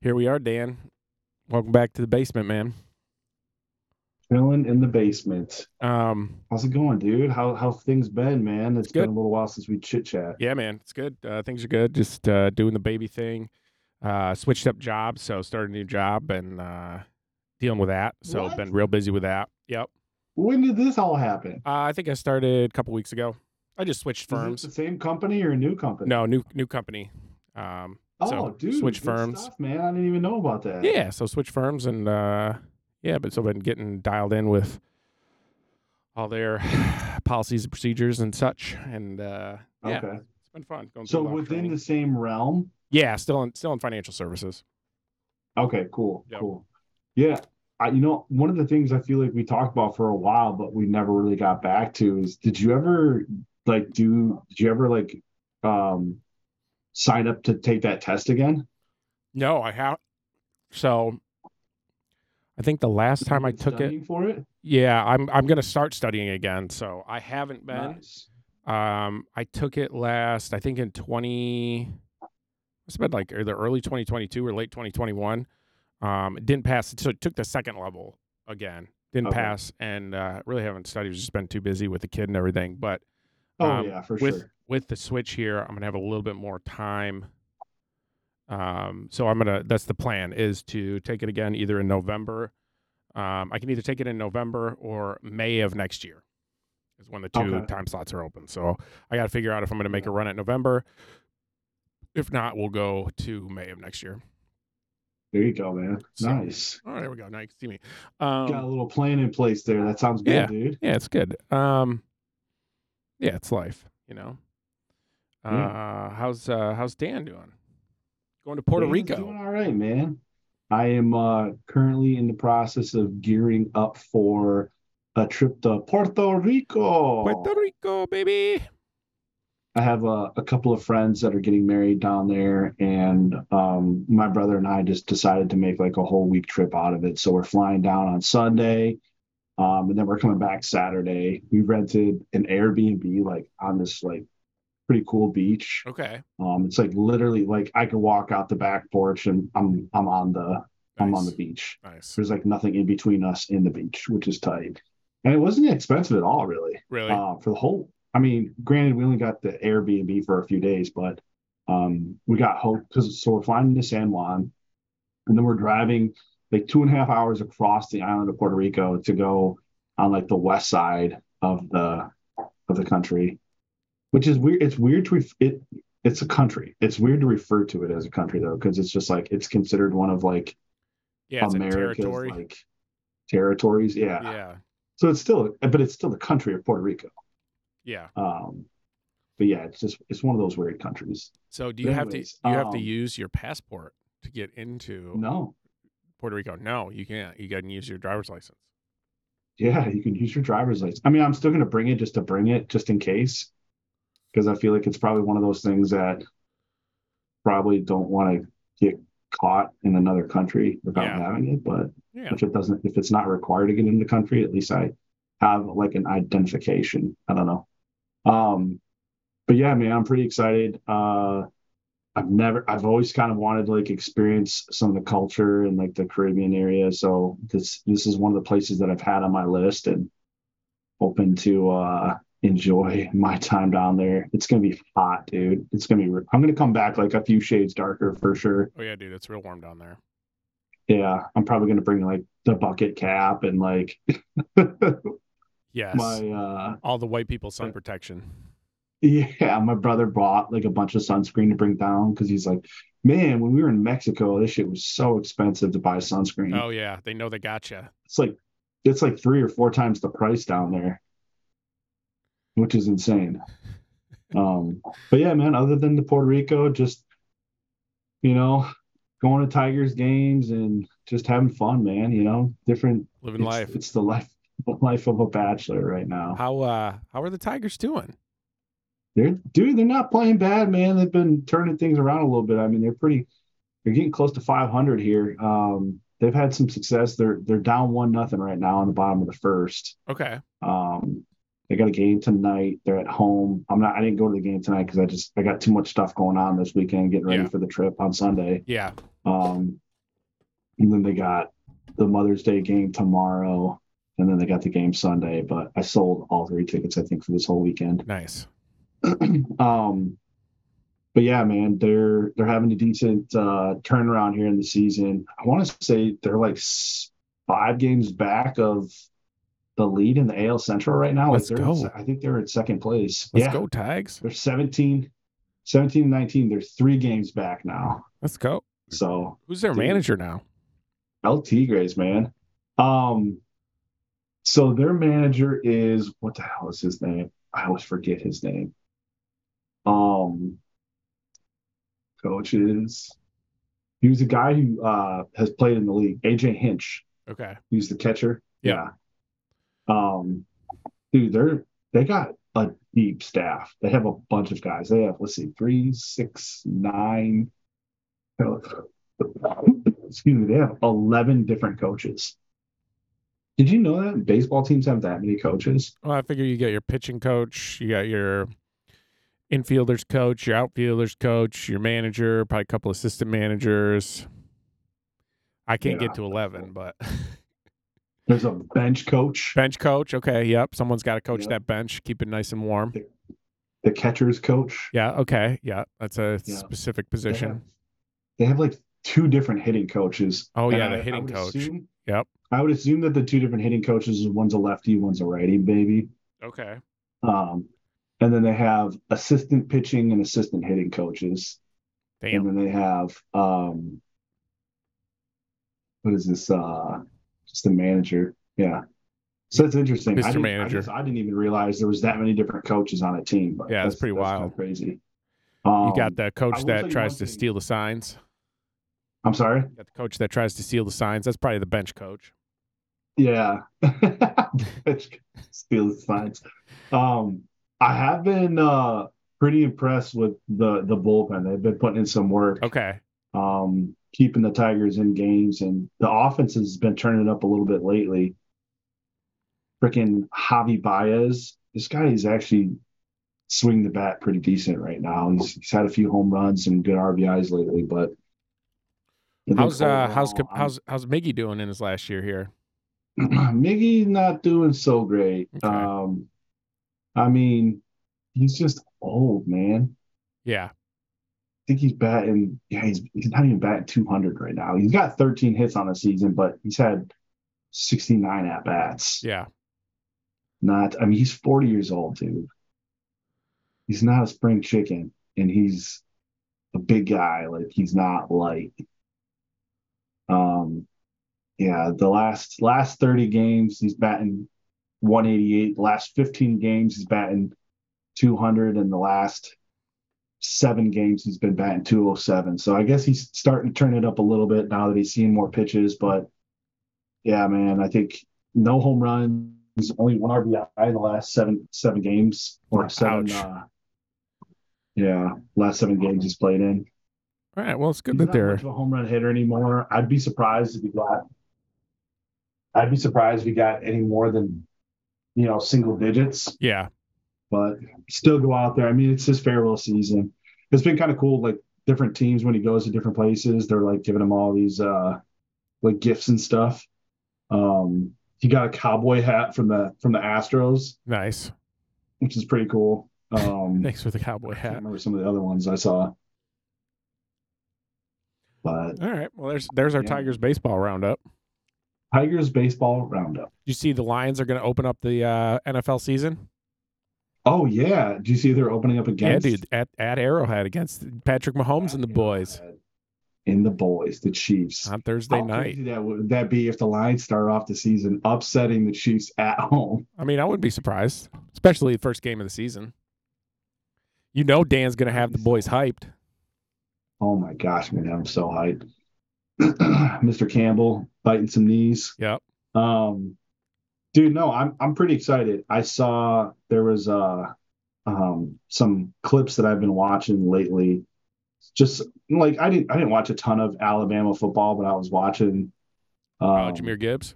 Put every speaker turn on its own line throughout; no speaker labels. Here we are, Dan. Welcome back to the basement, man.
Chilling in the basement.
Um,
How's it going, dude? How how things been, man? It's
good.
been a little while since we chit chat.
yeah, man, it's good. Uh, things are good. Just uh, doing the baby thing. Uh, switched up jobs, so started a new job and uh, dealing with that. So
What?
been real busy with that. Yep.
When did this all happen?
Uh, I think I started a couple weeks ago. I just switched
Is it
firms.
the same company or a new company?
No, new new company. Um,
Oh,
so
dude.
switch
good
firms.
stuff, man. I didn't even know about that.
yeah, so switch firms and uh, yeah, but so been getting dialed in with all their policies and procedures and such. And uh, yeah,
Okay.
it's been fun. Going through
So
a lot of
within
training.
the same realm.
Yeah, still in still in financial services.
Okay. Cool.
Yep.
Cool. Yeah. I, you know, one of the things I feel like we talked about for a while, but we never really got back to is did you ever like do did you ever like um sign up to take that test again?
No, I have. So, I think the last time I
You've been
took it,
studying for it.
yeah, I'm I'm gonna start studying again. So I haven't been.
Nice.
Um, I took it last, I think in twenty. It's been like either early 2022 or late 2021. Um, it didn't pass. So it took the second level again. Didn't
Okay.
pass, and uh, really haven't studied. Just been too busy with the kid and everything. But
Oh
um,
yeah, for
with
sure.
with the switch here i'm gonna have a little bit more time um so i'm gonna that's the plan is to take it again either in november um i can either take it in november or may of next year is when the two
Okay.
time slots are open so i gotta figure out if i'm gonna make a run at november if not we'll go to may of next year
There you go, man.
So-
nice.
oh there we go now you can see me um
Got a little plan in place there. That sounds good,
yeah.
dude.
yeah it's good um yeah it's life you know uh how's uh how's dan doing going to puerto
Dan's
rico
Doing all right, man. I am uh, currently in the process of gearing up for a trip to Puerto Rico.
Puerto Rico, baby.
I have a, a couple of friends that are getting married down there, and um, my brother and I just decided to make like a whole week trip out of it. So we're flying down on Sunday, um, and then we're coming back Saturday. We rented an Airbnb like on this like pretty cool beach.
Okay.
Um, it's like literally like I can walk out the back porch and I'm I'm on the I'm on
nice.
the beach.
Nice.
There's like nothing in between us and the beach, which is tight. And it wasn't expensive at all, really
Really?
uh, for the whole. I mean, granted, we only got the Airbnb for a few days, but um, we got hope because so we're flying to San Juan, and then we're driving like two and a half hours across the island of Puerto Rico to go on like the west side of the of the country, which is weird. It's weird to ref- it. It's a country. It's weird to refer to it as a country though, because it's just like it's considered one of like
yeah, it's a
America's
territory.
like territories. Yeah.
yeah.
So it's still, but it's still the country of Puerto Rico.
Yeah.
Um, but yeah, it's just it's one of those weird countries.
So do you have to you
anyways,
have to
um,
use your passport to get into
No,
Puerto Rico? No, you can't. You can use your driver's license.
yeah, you can use your driver's license. I mean, I'm still gonna bring it just to bring it, just in case, because I feel like it's probably one of those things that probably don't want to get caught in another country without
Yeah.
having it. But
Yeah.
if it doesn't, if it's not required to get into the country, at least I have like an identification. I don't know. Um, but yeah, man, I'm pretty excited. Uh, I've never, I've always kind of wanted to like experience some of the culture and like the Caribbean area. So this, this is one of the places that I've had on my list and hoping to, uh, enjoy my time down there. It's going to be hot, dude. It's going to be, I'm going to come back like a few shades darker for sure.
Oh yeah, dude, it's real warm down there.
Yeah, I'm probably gonna bring like the bucket cap and like
Yes.
my uh
All the white people sun
But-
protection.
yeah, my brother bought like a bunch of sunscreen to bring down because he's like, man, when we were in Mexico, this shit was so expensive to buy sunscreen.
Oh yeah, they know they gotcha.
It's like it's like three or four times the price down there, which is insane. Um, but yeah, man, other than the Puerto Rico, just you know, going to Tigers games and just having fun, man, you know, different
Living
it's,
life.
It's the life, the life of a bachelor right now.
How uh how are the Tigers doing?
They're dude, they're not playing bad, man. They've been turning things around a little bit. I mean, they're pretty. They're getting close to 500 here. Um, they've had some success. They're they're down one nothing right now on the bottom of the first.
Okay.
Um, they got a game tonight. They're at home. I'm not. I didn't go to the game tonight because I just I got too much stuff going on this weekend, getting ready
Yeah.
for the trip on Sunday.
Yeah.
Um, and then they got the Mother's Day game tomorrow, and then they got the game Sunday. But I sold all three tickets, I think, for this whole weekend.
Nice.
um, but yeah, man, they're they're having a decent uh, turnaround here in the season. I want to say they're like s- five games back of the lead in the AL Central right now.
Let's
like they're
go.
in se- I think they're at second place.
Let's
yeah,
go, Tags.
they're 17, 17 and 19. They're three games back now.
Let's go.
So
Who's their
Dude.
manager now?
El Tigres, man. Um, so their manager is what the hell is his name? I always forget his name. Um, coaches. He was a guy who uh, has played in the league. AJ Hinch.
Okay.
He's the catcher.
Yeah.
Yeah. Um, dude, they're they got a deep staff. They have a bunch of guys. They have let's see, three, six, nine. Excuse me. They have eleven different coaches. Did you know that baseball teams have that many coaches?
Well, I figure you got your pitching coach, you got your infielders coach, your outfielders coach, your manager, probably a couple assistant managers. I can't
Yeah.
get to 11, but
There's a bench coach,
bench coach. Okay. Yep. Someone's got to coach
Yep.
that bench, keep it nice and warm.
the catcher's coach.
Yeah. Okay. Yeah. That's a
Yeah.
specific
They have-
position.
They have like two different hitting coaches.
Oh,
And
yeah, the
I- I
hitting
would
coach.
assume-
Yep.
I would assume that the two different hitting coaches, one's a lefty, one's a righty, baby.
Okay.
Um, and then they have assistant pitching and assistant hitting coaches. And
Damn.
then they have um, what is this? Uh, just the manager. Yeah. So it's interesting. I
Mr.
didn't, I,
Manager.
guess I didn't even realize there was that many different coaches on a team. But
Yeah, that's pretty
kinda
wild.
crazy.
You
Um,
got the coach
will tell
that
you
tries
one
to
thing.
steal the signs.
I'm sorry.
You got the coach that tries to steal the signs. That's probably the bench coach.
Yeah. Steal the signs. Um, I have been uh pretty impressed with the the bullpen. They've been putting in some work.
Okay.
um, keeping the Tigers in games, and the offense has been turning up a little bit lately. Freaking Javi Baez, this guy is actually swinging the bat pretty decent right now. He's, he's had a few home runs and good RBIs lately, but I think
How's uh how's
overall, I'm-
how's how's Miggy doing in his last year here?
Miggy not doing so great.
Okay.
Um, I mean, he's just old, man.
Yeah.
I think he's batting. Yeah, he's he's not even batting 200 right now. He's got 13 hits on the season, but he's had 69 at bats.
Yeah.
Not. I mean, he's 40 years old, dude. He's not a spring chicken, and he's a big guy. Like he's not light. Um, yeah. The last last 30 games, he's batting 188. The last 15 games, he's batting 200, and the last seven games he's been batting 207. So I guess he's starting to turn it up a little bit now that he's seeing more pitches. But yeah, man, I think no home runs, only one RBI in the last seven seven games or seven.
Ouch.
Uh, yeah, last seven games he's played in.
All right. Well, it's good
He's
that
not
they're
much of a home run hitter anymore. I'd be surprised if he got. I'd be surprised if he got any more than, you know, single digits
yeah.
but still go out there. I mean, it's his farewell season. It's been kind of cool. Like different teams when he goes to different places, they're like giving him all these uh like gifts and stuff. Um, he got a cowboy hat from the from the Astros,
Nice.
which is pretty cool. Um,
Thanks for the cowboy
I can't
hat.
remember some of the other ones I saw, but
All right. Well, there's there's our
Yeah.
Tigers baseball roundup.
Tigers baseball roundup.
You see, the Lions are going to open up the uh, NFL season.
Oh yeah, do you see they're opening up against?
Yeah, dude. At, at Arrowhead against Patrick Mahomes and the boys
In uh, the boys, the Chiefs.
on Thursday
How
night.
crazy that would that be if the Lions start off the season upsetting the Chiefs at home?
I mean, I wouldn't be surprised, especially the first game of the season. You know, Dan's going to have the boys hyped.
Oh my gosh, man, I'm so hyped. Mr. Campbell biting some knees.
Yep.
Um, dude, no, I'm I'm pretty excited. I saw there was uh um some clips that I've been watching lately. Just like I didn't I didn't watch a ton of Alabama football, but I was watching
Uh,
um,
Jameer Gibbs.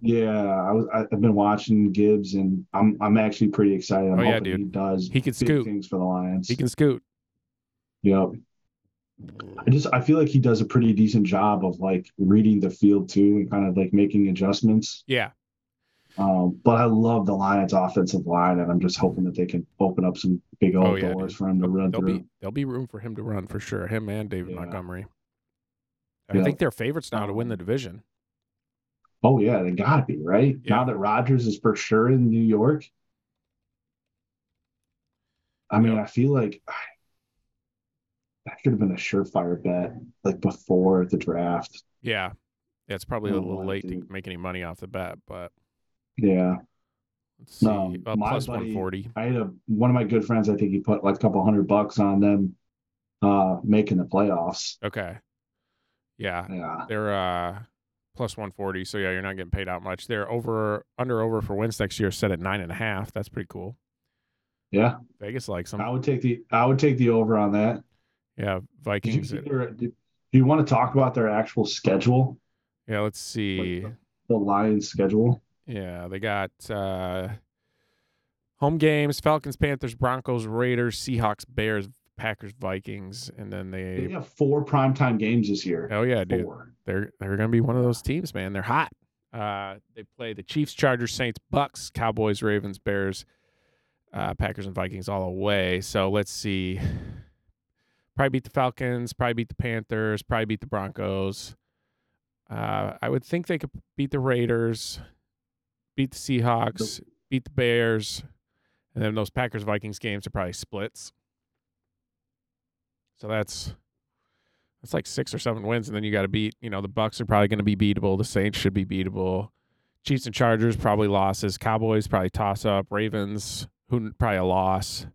Yeah, I was. I- I've been watching Gibbs, and I'm I'm actually pretty excited. I'm
Oh, yeah,
hoping
dude.
he does
He can
big
scoot.
things for the Lions.
He can scoot.
Yep. I just I feel like he does a pretty decent job of like reading the field too and kind of like making adjustments.
Yeah.
Um, but I love the Lions' offensive line, and I'm just hoping that they can open up some big old
Oh, yeah,
doors
dude.
for him to run
There'll
through.
be there'll be room for him to run for sure. Him and David
Yeah.
Montgomery. I
Yeah. Um,
think they're favorites now to win the division.
Oh yeah, they gotta be right
Yeah.
now that Rodgers is for sure in New York. I mean,
Yep.
I feel like I, that could have been a surefire bet, like before the draft.
Yeah. Yeah, it's probably a
Oh,
little
wow,
late
dude.
to make any money off the bat, but
Yeah,
let's see.
No,
Uh,
my
plus
buddy-
140.
I had a one of my good friends. I think he put like a couple hundred bucks on them uh making the playoffs.
Okay. Yeah.
Yeah,
They're uh plus one forty. So yeah, you're not getting paid out much. They're over under over for wins next year set at nine and a half. That's pretty cool.
yeah.
Vegas likes them.
I would take the I would take the over on that.
Yeah,
Did you
Vikings.
see
it-
their, did, do you want to talk about their actual schedule,
yeah, let's see.
the Lions' schedule?
Yeah, they got uh home games, Falcons, Panthers, Broncos, Raiders, Seahawks, Bears, Packers, Vikings, and then
They
they
have four primetime games this year.
Oh yeah, dude.
Four.
They're they're gonna be one of those teams, man. They're hot. Uh, they play the Chiefs, Chargers, Saints, Bucks, Cowboys, Ravens, Bears, uh, Packers, and Vikings all away. So let's see. Probably beat the Falcons. Probably beat the Panthers. Probably beat the Broncos. Uh, I would think they could beat the Raiders, beat the Seahawks, beat the Bears, and then those Packers Vikings games are probably splits. So that's that's like six or seven wins, and then you got to beat. You know, the Bucks are probably going to be beatable. The Saints should be beatable. Chiefs and Chargers probably losses. Cowboys probably toss up. Ravens who kn- probably a loss.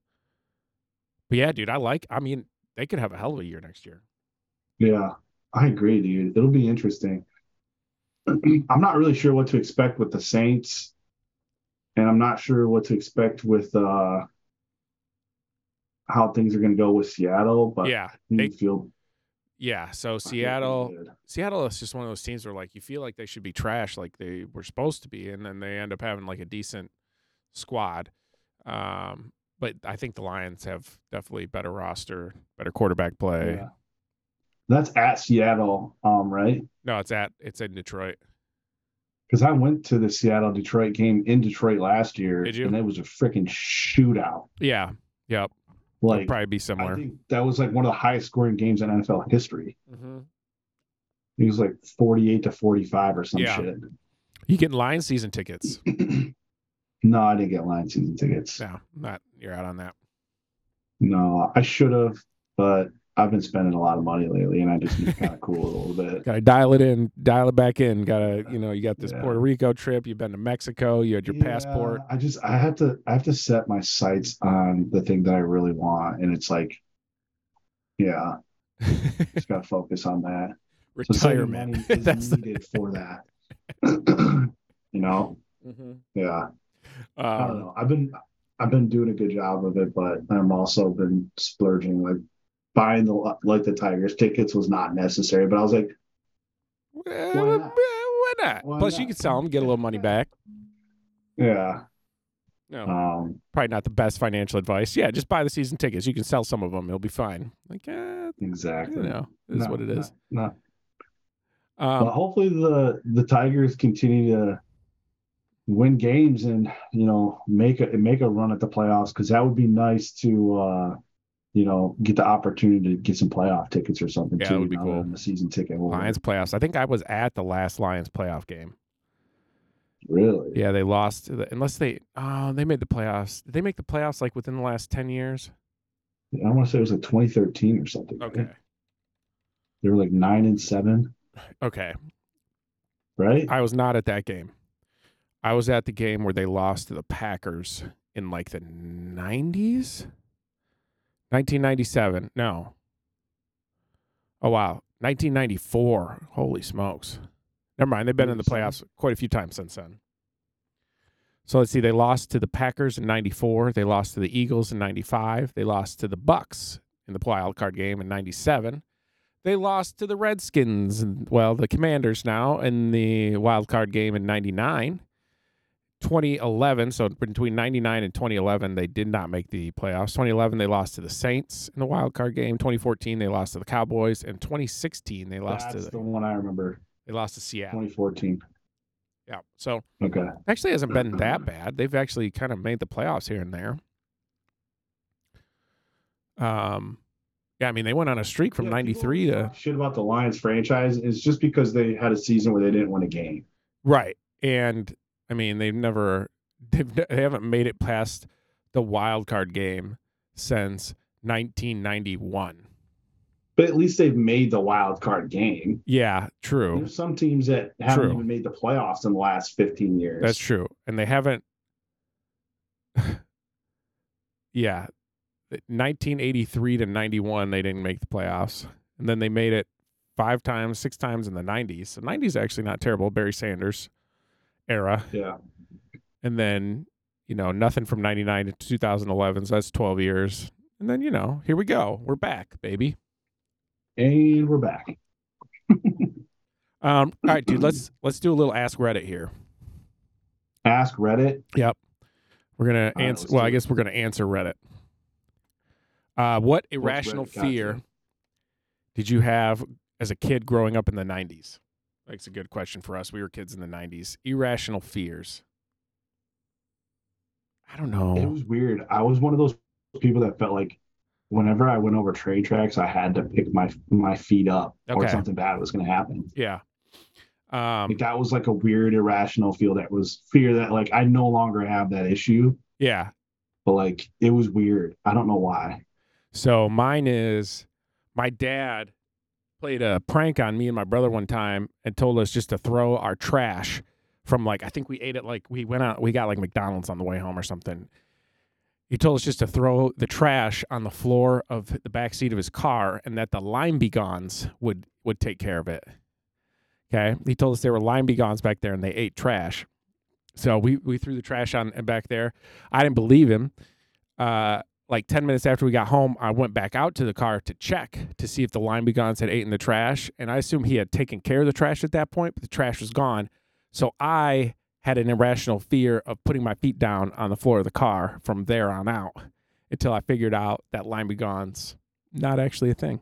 But yeah, dude, I like. I mean, they could have a hell of a year next year.
Yeah, I agree, dude. It'll be interesting. I'm not really sure what to expect with the Saints, and I'm not sure what to expect with uh how things are going to go with Seattle. But
yeah,
you
they-
feel
yeah. So
I feel pretty
Seattle,
good.
Seattle is just one of those teams where like you feel like they should be trash, like they were supposed to be, and then they end up having like a decent squad. Um, but I think the Lions have definitely better roster, better quarterback play.
Yeah. That's at Seattle, um, right?
No, it's at it's in Detroit.
Because I went to the Seattle Detroit game in Detroit last year,
Did you?
and it was a freaking shootout.
Yeah, yep. It'll
Like,
probably be
I
similar.
think that was like one of the highest scoring games in NFL history.
mm-hmm.
It was like 48 to 45 or some
Yeah.
shit.
You getting Lions season tickets?
No, I didn't get line season tickets.
no, not you're out on that.
No, I should have, but I've been spending a lot of money lately and I just need to kind of cool it a little bit.
Got to dial it in, dial it back in. Got to you know you got this
Yeah.
Puerto Rico trip. You've been to Mexico. You had your passport.
Yeah, I just I have to I have to set my sights on the thing that I really want. And it's like, yeah, just gotta focus on that. So saving
Retirement.
money is
That's the-
needed for that. you know?
Mhm.
Yeah. I don't
Um,
know. I've been I've been doing a good job of it, but I'm also been splurging. Like buying the like the Tigers tickets was not necessary, but I was like,
Why
not?
not? eh, Why not?
Why
Plus, you
not?
could sell them, get a little money back.
yeah,
No,
um,
probably not the best financial advice. Yeah, just buy the season tickets. You can sell some of them. It'll be fine. Like, eh,
exactly.
you know, it is
No,
what it is.
No, no. but
Um,
hopefully the the Tigers continue to win games and you know make a make a run at the playoffs because that would be nice to uh you know get the opportunity to get some playoff tickets or something
Yeah,
too.
that would be
now that
cool.
I'm a season ticket holder.
Lions playoffs. I think I was at the last Lions playoff game.
really?
Yeah, they lost. to the- Unless they, oh, they made the playoffs. Did they make the playoffs like within the last ten years?
I want to say it was like 2013 or something. right?
Okay,
They were like nine and seven,
okay.
right?
I was not at that game. I was at the game where they lost to the Packers in like the 90s? 1997. No. Oh, wow. 1994. Holy smokes. Never mind. They've been in the playoffs quite a few times since then. So let's see. They lost to the Packers in 94. They lost to the Eagles in 95. They lost to the Bucks in the wild card game in 97 they lost to the Redskins, and well, the Commanders now in the wild card game in '99. 2011, so between 99 and 2011, they did not make the playoffs. 2011, they lost to the Saints in the wild card game. 2014, they lost to the Cowboys, and 2016, they lost
That's
to
the
the,
one I remember.
they lost to Seattle.
2014.
Yeah, so
Okay.
actually hasn't been that bad. They've actually kind of made the playoffs here and there. Um, yeah, I mean they went on a streak from
Yeah, people
'93 to
talk shit about the Lions franchise is just because they had a season where they didn't win a game.
Right. And I mean, they've never they've ne- they haven't made it past the wild card game since 1991.
But at least they've made the wild card game.
Yeah, true.
There's some teams that haven't
True.
even made the playoffs in the last 15 years.
That's true. And they haven't Yeah. 1983 to 91 they didn't make the playoffs. And then they made it five times, six times in the 90s. So 90s actually not terrible Barry Sanders era.
Yeah.
and then you know nothing from 99 to 2011 so that's 12 years and then you know here we go we're back baby
And we're back.
um all right dude let's let's do a little ask reddit here
Ask Reddit.
we're gonna
right,
answer
let's
well
do
i
it.
guess we're gonna answer reddit uh what irrational
Reddit got you?
fear did you have as a kid growing up in the 90s that's a good question for us we were kids in the 90s irrational fears i don't
It
know
was weird. I was one of those people that felt like whenever I went over trade tracks, I had to pick my my feet up or
Okay.
something bad was going to happen.
yeah um
Like that was like a weird irrational feel that was fear that like I no longer have that issue,
yeah
but like it was weird. I don't know why.
So mine is my dad played a prank on me and my brother one time and told us just to throw our trash from like I think we ate it like we went out we got like McDonald's on the way home or something. He told us just to throw the trash on the floor of the back seat of his car and that the lime begons would would take care of it. Okay. He told us there were lime begons back there and they ate trash. So we we threw the trash on uh, back there. I didn't believe him. Uh like 10 minutes after we got home, I went back out to the car to check to see if the lime begons had eaten the trash. And I assume he had taken care of the trash at that point, but the trash was gone. So I had an irrational fear of putting my feet down on the floor of the car from there on out until I figured out that lime begons not actually a thing.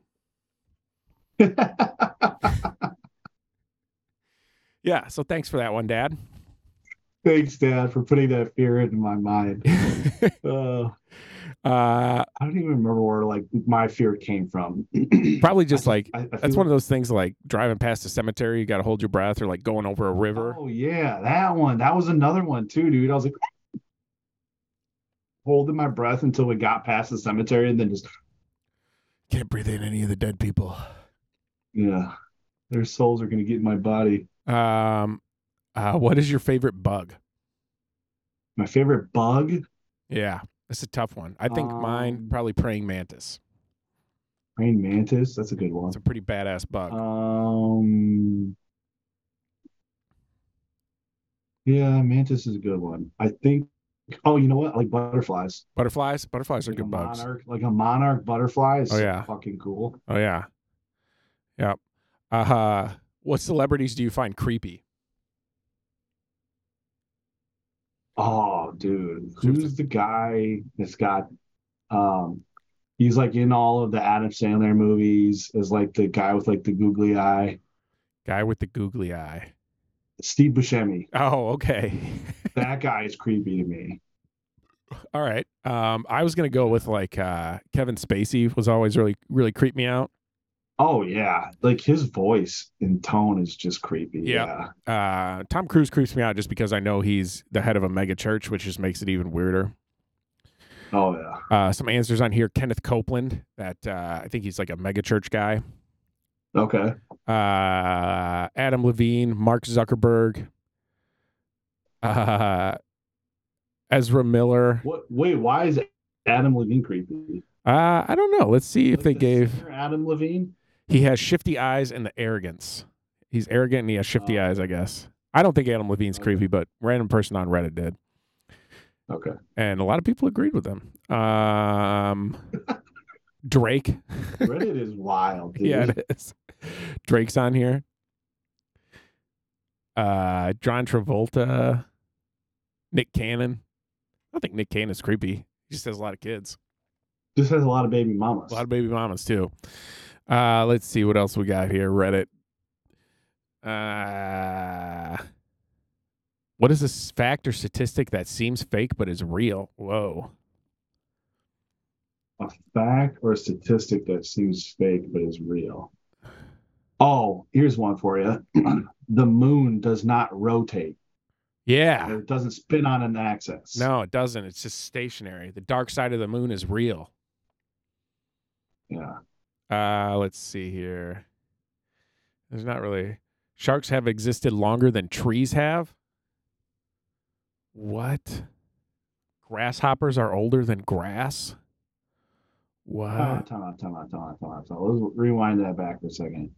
Yeah. So thanks for that one, Dad.
Thanks, Dad, for putting that fear into my mind. Uh,
uh,
I don't even remember where like my fear came from.
probably just
I-
like
I, I
that's one of those things like driving past a cemetery, you got to hold your breath, or like going over a river.
Oh yeah, that one. That was another one too, dude. I was like holding my breath until we got past the cemetery, and then just
Can't breathe in any of the dead people.
yeah, their souls are gonna get in my body.
Um, uh, what is your favorite bug?
My favorite bug,
Yeah, that's a tough one. I think mine
Um,
probably praying mantis.
praying mantis. That's a good one.
It's a pretty badass bug.
uh, Um, yeah, mantis is a good one. I think. Oh, you know what? I like butterflies.
butterflies, butterflies are
like a
good bugs.
monarch, like a monarch butterfly is
Oh, yeah.
fucking cool.
Oh yeah, yep. Uh, what celebrities do you find creepy?
Oh, dude,
Seriously.
who's the guy that's got? Um, he's like in all of the Adam Sandler movies. Is like the guy with like the googly eye,
Guy with the googly eye.
Steve Buscemi.
Oh, okay.
That guy is creepy to me.
All right. Um, I was gonna go with like uh, Kevin Spacey was always really really creep me out.
Oh yeah, like his voice and tone is just creepy.
Yeah. Uh, Tom Cruise creeps me out just because I know he's the head of a mega church, which just makes it even weirder.
Yeah. Oh yeah.
Uh, some answers on here. Kenneth Copeland, that uh, I think he's like a mega church guy.
Okay.
Uh, Adam Levine, Mark Zuckerberg, uh, Ezra Miller.
What? Wait, why is Adam Levine creepy?
Uh, I don't know. Let's see if
Like
they
the
gave.
singer Adam Levine.
He has shifty eyes and the arrogance. He's arrogant and he has shifty
Oh.
eyes, I guess. I don't think Adam Levine's
Okay.
creepy, but random person on Reddit did.
Okay.
And a lot of people agreed with him. Um, Drake.
Reddit is wild, dude.
Yeah, it is. Drake's on here. Uh, John Travolta. Nick Cannon. I think Nick Cannon's creepy. He just has a lot of kids,
This has a lot of baby mamas.
a lot of baby mamas too. Uh, let's see what else we got here. Reddit. Uh, what is this fact or statistic that seems fake but is real? Whoa.
a fact or a statistic that seems fake but is real. Oh, here's one for you. the moon does not rotate.
Yeah.
It doesn't spin on an axis.
No, it doesn't. It's just stationary. The dark side of the moon is real.
Yeah.
Uh, let's see here. There's not really. Sharks have existed longer than trees have. What? Grasshoppers are older than
Uh,
grass?
Oh,
What?
time out, time out, time out, time out. So let's rewind that back for a second.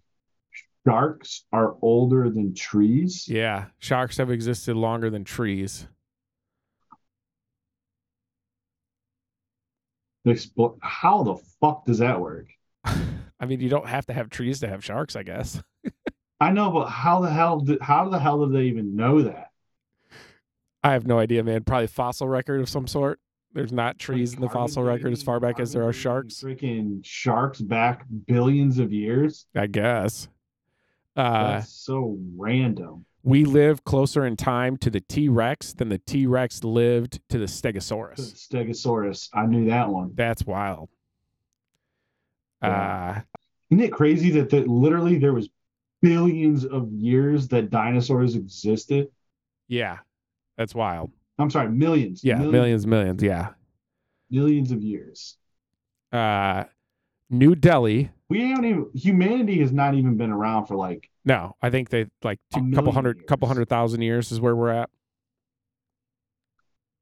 Sharks are older than trees.
Yeah, sharks have existed longer than trees.
Expl- How the fuck does that work?
I mean, you don't have to have trees to have sharks, I guess.
I know, but how the hell did how the hell did they even know that?
I have no idea, man. Probably fossil record of some sort. There's not trees in the
Like, are we
fossil record as
dating-
far back as
we
there are
dating
sharks.
Freaking sharks back billions of years.
I guess. Uh,
That's so random.
we live closer in time to the T Rex than the T Rex lived to the
Good
Stegosaurus.
Stegosaurus. I knew that one.
That's wild. Uh,
Yeah. Isn't it crazy that, that literally there was billions of years that dinosaurs existed?
yeah, that's wild.
I'm sorry, millions.
Yeah,
millions,
millions, millions. Yeah.
millions of years.
Uh, New Delhi.
We haven't even humanity has not even been around for like
No, I think they like
A
two, couple
million
hundred, couple
years.
hundred thousand years is where we're at.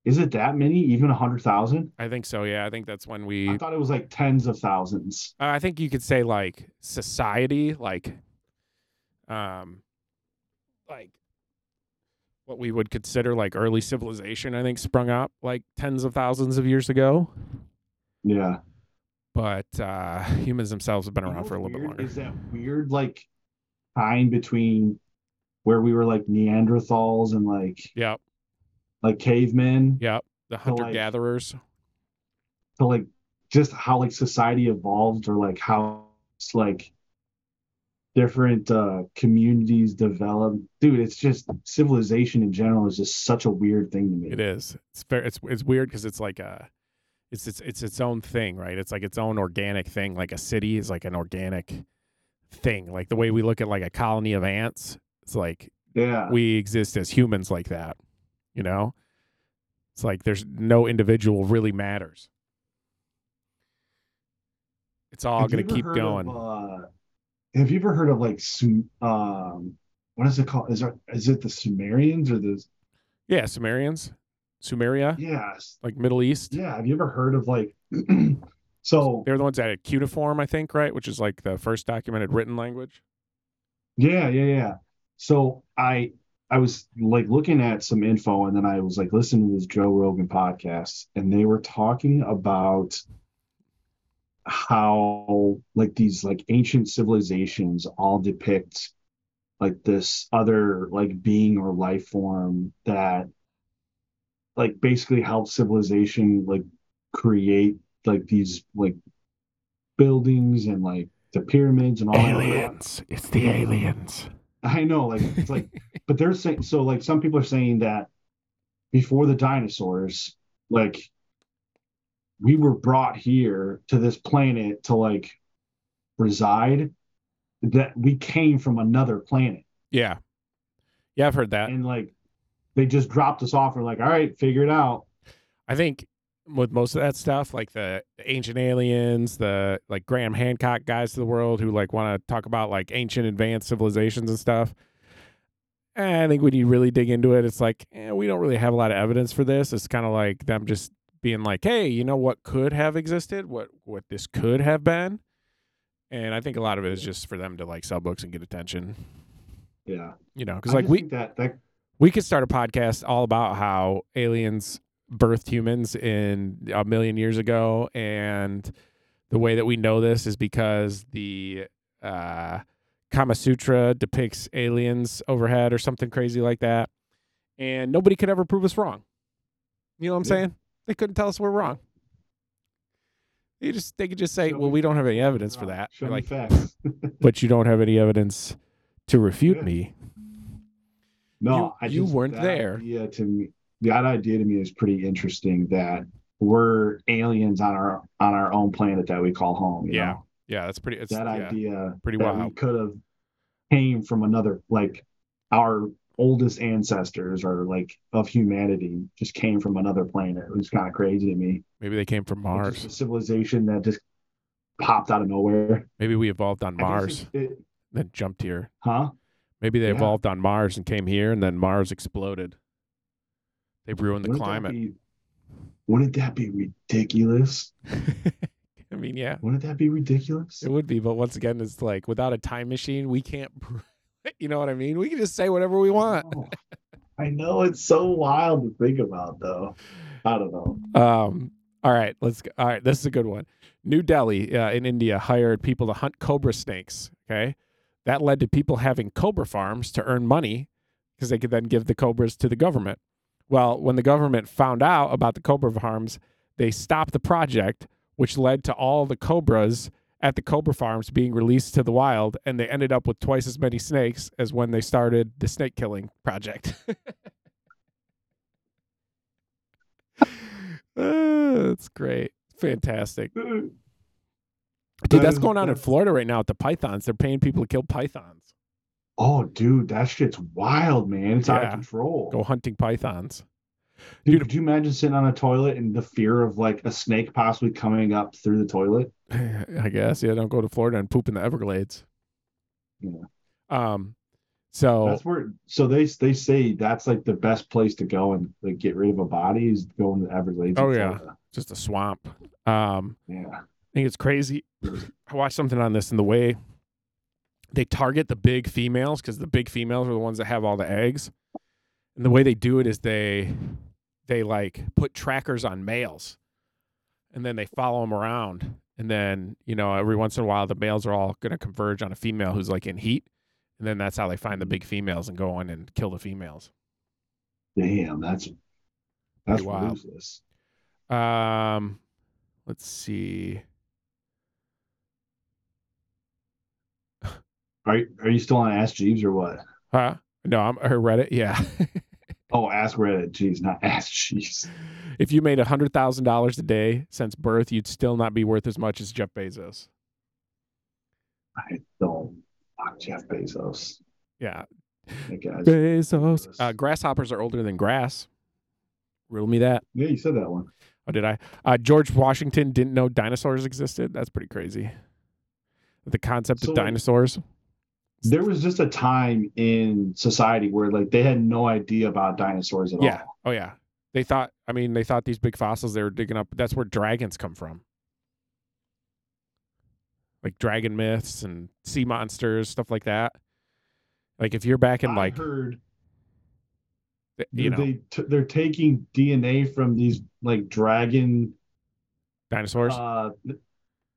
is it that many? Even a hundred thousand?
I think so. Yeah, I think that's when we.
I thought it was like tens of thousands.
Uh, I think you could say like society, like, um, like what we would consider like early civilization. I think sprung up like tens of thousands of years ago,
Yeah.
but uh, humans themselves have been
You
around
know
for a little bit
weird
longer.
Is that weird like time between where we were like Neanderthals and like
Yep,
like cavemen
yep. The
So, like-
hunter gatherers.
to like just how like society evolved or like how it's like different uh communities developed dude it's just civilization in general is just such a weird thing to me
It is. It's fair. It's it's weird because it's like a, it's it's it's its own thing, right? It's like its own organic thing. Like a city is like an organic thing. Like the way we look at like a colony of ants. It's like
yeah
we exist as humans like that. You know, it's like there's no individual really matters. It's all
Have you
going to
ever
keep
heard of,
going.
uh, have you ever heard of like Sum- um what is it called is there is it the sumerians or the
yeah, Sumerians, Sumeria,
yes
like Middle East.
yeah have you ever heard of like so
They're the ones that had cuneiform, I think, right? Which is like the first documented written language.
Yeah, yeah, yeah. So I I was like looking at some info and then I was like listening to this Joe Rogan podcast and they were talking about how like these like ancient civilizations all depict like this other like being or life form that like basically helps civilization like create like these like buildings and like the pyramids and all that crap.
It's the aliens.
I know, like it's like, but they're saying so. Like some people are saying that before the dinosaurs, like we were brought here to this planet to like reside. That we came from another planet,
Yeah. Yeah, I've heard that.
and like they just dropped us off. and like, all right, figure it out.
I think with most of that stuff, like the ancient aliens, the like Graham Hancock guys to the world who like want to talk about like ancient advanced civilizations and stuff. eh, I think when you really dig into it, it's like eh, we don't really have a lot of evidence for this. It's kind of like them just being like, "Hey, you know what could have existed? What what this could have been?" And I think a lot of it is just for them to like sell books and get attention,
Yeah,
you know,
I
because like
just
we
think that that
we could start a podcast all about how aliens birthed humans in a million years ago and the way that we know this is because the uh, kama sutra depicts aliens overhead or something crazy like that and nobody could ever prove us wrong You know what I'm
Yeah.
saying? They couldn't tell us we're wrong. They just they could just say,
Show
"Well,
me-
we don't have any evidence for that."
Show
We're
me
like,
facts.
but you don't have any evidence to refute
Yeah.
me.
No,
You-
I
you
just,
weren't
that
there.
Idea to me, that idea to me is pretty interesting. That we're aliens on our on our own planet that we call home. you
Yeah,
know?
Yeah, that's pretty. It's
that
yeah,
idea
pretty
that we
wild.
could have came from another, like our oldest ancestors or like of humanity, just came from another planet. It was kind of crazy to me.
Maybe they came from
Like,
Mars.
just a civilization that just popped out of nowhere.
Maybe we evolved on
I guess
Mars,
it- it-
then jumped here.
huh?
Maybe they
Yeah.
evolved on Mars and came here, and then Mars exploded. They ruined the
Wouldn't that
climate.
be- wouldn't that be ridiculous?
I mean, yeah,
Wouldn't that be ridiculous?
it would be. But once again, it's like without a time machine, we can't. pr- You know what I mean? We can just say whatever we want.
know. I know it's so wild to think about, though. I don't know.
Um, all right, let's go. All right, this is a good one. New Delhi uh, in India hired people to hunt cobra snakes. Okay, that led to people having cobra farms to earn money because they could then give the cobras to the government. Well, when the government found out about the cobra farms, they stopped the project, which led to all the cobras at the cobra farms being released to the wild, and they ended up with twice as many snakes as when they started the snake killing project. Uh, that's great. Fantastic. Dude,
That
that's
is-
going on in
that's-
Florida right now at the pythons. They're paying people to kill pythons.
Oh, dude, that shit's wild, man. It's out
Yeah.
of control.
Go hunting pythons.
dude,
dude.
could you imagine sitting on a toilet and the fear of like a snake possibly coming up through the toilet?
I guess. Yeah, don't go to Florida and poop in the Everglades.
Yeah.
Um so
That's where. So they they say that's like the best place to go and like get rid of a body is going to the Everglades. in
Oh, yeah.
Florida.
just a swamp. Um
yeah.
I think it's crazy. I watched something on this and the way they target the big females because the big females are the ones that have all the eggs. And the way they do it is they they like put trackers on males and then they follow them around. And then, you know, every once in a while the males are all gonna converge on a female who's like in heat. And then that's how they find the big females and go in and kill the females.
Damn, that's that's
wild.
ruthless.
Um, let's see.
Are you, are you still on Ask Jeeves or what?
Huh? No, I'm I read it. Yeah.
Oh, Ask Reddit. Jeez, not Ask Jeeves.
If you made $100,000 a day since birth, you'd still not be worth as much as Jeff Bezos.
I don't fuck Jeff Bezos.
Yeah.
That guy's
Bezos. Uh, grasshoppers are older than grass. Riddle me that.
Yeah, you said that one.
Oh, did I? Uh, George Washington didn't know dinosaurs existed. That's pretty crazy. The concept
So,
of
like,
dinosaurs.
There was just a time in society where like they had no idea about dinosaurs at
Yeah.
all.
Oh, yeah. They thought, I mean, they thought these big fossils they were digging up, that's where dragons come from. Like dragon myths and sea monsters, stuff like that. Like if you're back in
I
like,
heard
th- you know,
they t- they're taking DNA from these like dragon
dinosaurs.
uh th-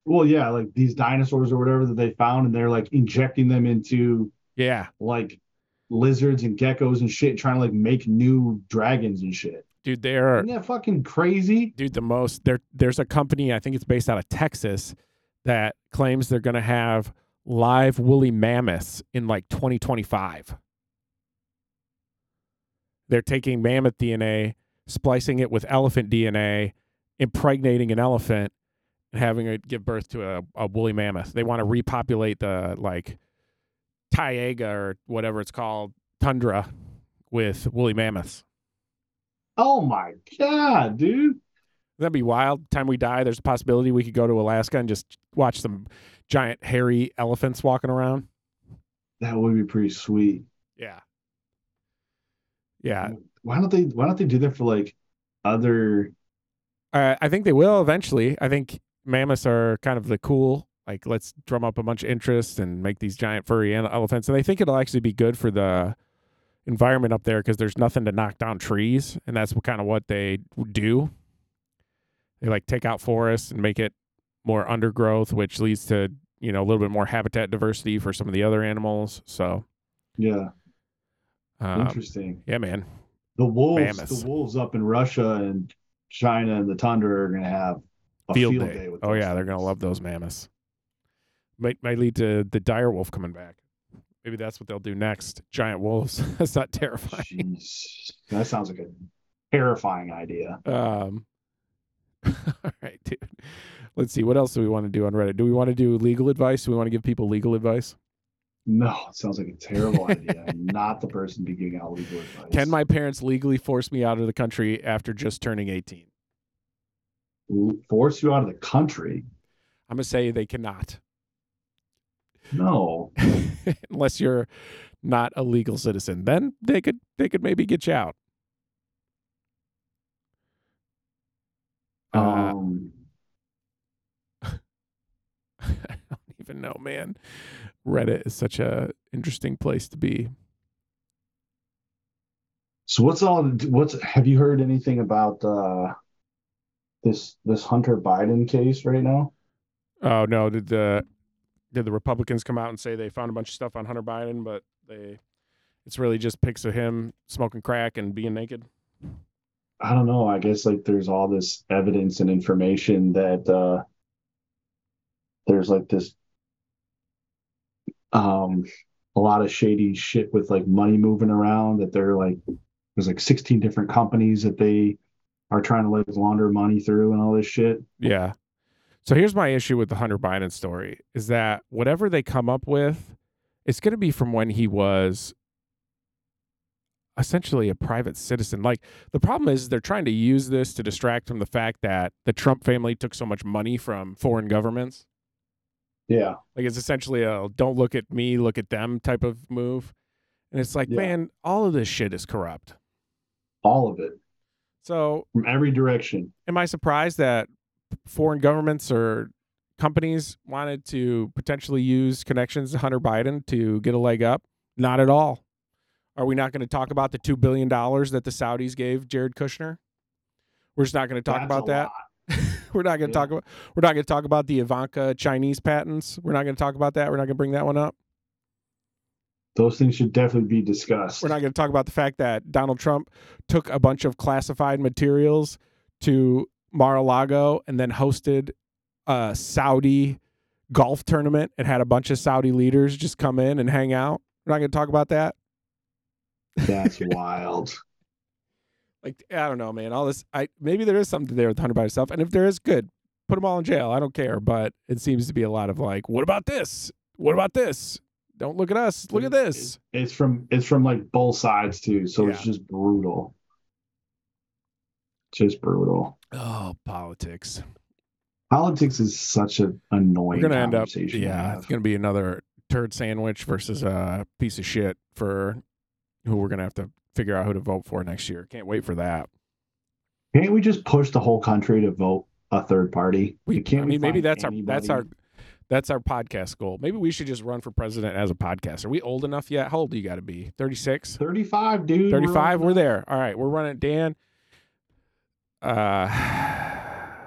well yeah, like these dinosaurs or whatever that they found and they're like injecting them into
yeah,
like lizards and geckos and shit trying to like make new dragons and shit.
dude, they are
Isn't that fucking crazy?
dude the most. There, there's a company I think it's based out of Texas that claims they're gonna have live woolly mammoths in like 2025. They're taking mammoth DNA, splicing it with elephant DNA, impregnating an elephant, and having it give birth to a, a woolly mammoth. They want to repopulate the like Taiga or whatever it's called tundra with woolly mammoths.
Oh my god, dude.
That'd be wild. Time we die, there's a possibility we could go to Alaska and just watch some giant hairy elephants walking around.
That would be pretty sweet.
Yeah. Yeah.
Why don't they why don't they do that for like other
Uh, I think they will eventually. I think mammoths are kind of the cool, like, let's drum up a bunch of interest and make these giant furry ele- elephants. And I think it'll actually be good for the environment up there because there's nothing to knock down trees. And that's what, kind of what they do. They like take out forests and make it more undergrowth, which leads to, you know, a little bit more habitat diversity for some of the other animals. So,
yeah,
um,
interesting.
yeah, man.
the wolves,
Mammoths.
the wolves up in Russia and China and the tundra are going to have a field, day. with
oh
those
yeah, they're gonna
things.
love those mammoths. Might might lead to the dire wolf coming back. Maybe that's what they'll do next. Giant wolves. that's not terrifying.
Jeez, that sounds like a terrifying idea.
Um, all right, dude. Let's see. What else do we want to do on Reddit? Do we want to do legal advice? Do we want to give people legal advice?
No, it sounds like a terrible idea. I'm not the person to be giving out legal advice.
Can my parents legally force me out of the country after just turning 18?
force you out of the country?
I'm going to say they cannot,
No.
unless you're not a legal citizen. Then they could they could maybe get you out. Uh,
Um,
I don't even know, man. Reddit is such a interesting place to be.
so what's all? What's have you heard anything about uh, this this Hunter Biden case right now?
Oh no, did the did the Republicans come out and say they found a bunch of stuff on Hunter Biden, but they it's really just pics of him smoking crack and being naked.
I don't know. I guess like there's all this evidence and information that uh there's like this um a lot of shady shit with like money moving around that they're like there's like 16 different companies that they are trying to like launder money through and all this shit.
Yeah. So here's my issue with the Hunter Biden story is that whatever they come up with, it's going to be from when he was essentially a private citizen. Like the problem is they're trying to use this to distract from the fact that the Trump family took so much money from foreign governments.
Yeah.
Like it's essentially a don't look at me, look at them type of move. And it's like,
Yeah.
man, all of this shit is corrupt.
All of it
So
from every direction.
am I surprised that foreign governments or companies wanted to potentially use connections to Hunter Biden to get a leg up? Not at all. Are we not going to talk about the $2 billion that the Saudis gave Jared Kushner? We're just not going to talk
That's
about
a
that.
lot.
we're not going to
Yeah.
talk about we're not going to talk about the Ivanka Chinese patents. We're not going to talk about that. We're not going to bring that one up.
Those things should definitely be discussed.
We're not going to talk about the fact that Donald Trump took a bunch of classified materials to Mar-a-Lago and then hosted a Saudi golf tournament and had a bunch of Saudi leaders just come in and hang out. We're not going to talk about that.
That's wild.
Like I don't know, man. All this, I maybe there is something there with Hunter Biden stuff, and if there is, good. Put them all in jail. I don't care, but it seems to be a lot of like, what about this? What about this? Don't look at us. Look at
It's-
this.
It's from it's from like both sides too, so it's just brutal. Just brutal.
Oh, politics.
Politics is such an annoying
we're gonna end up
conversation. to
yeah
have.
it's gonna be another turd sandwich versus a piece of shit for who we're gonna have to figure out who to vote for next year can't wait for that
Can't we just push the whole country to vote a third party?
we
can't.
i
we
mean maybe
find
that's our that's our
anybody?
that's our podcast goal maybe we should just run for president as a podcast are we old enough yet how old do you gotta be 36
thirty-five, dude. we're
35
on-
we're there all right we're running dan uh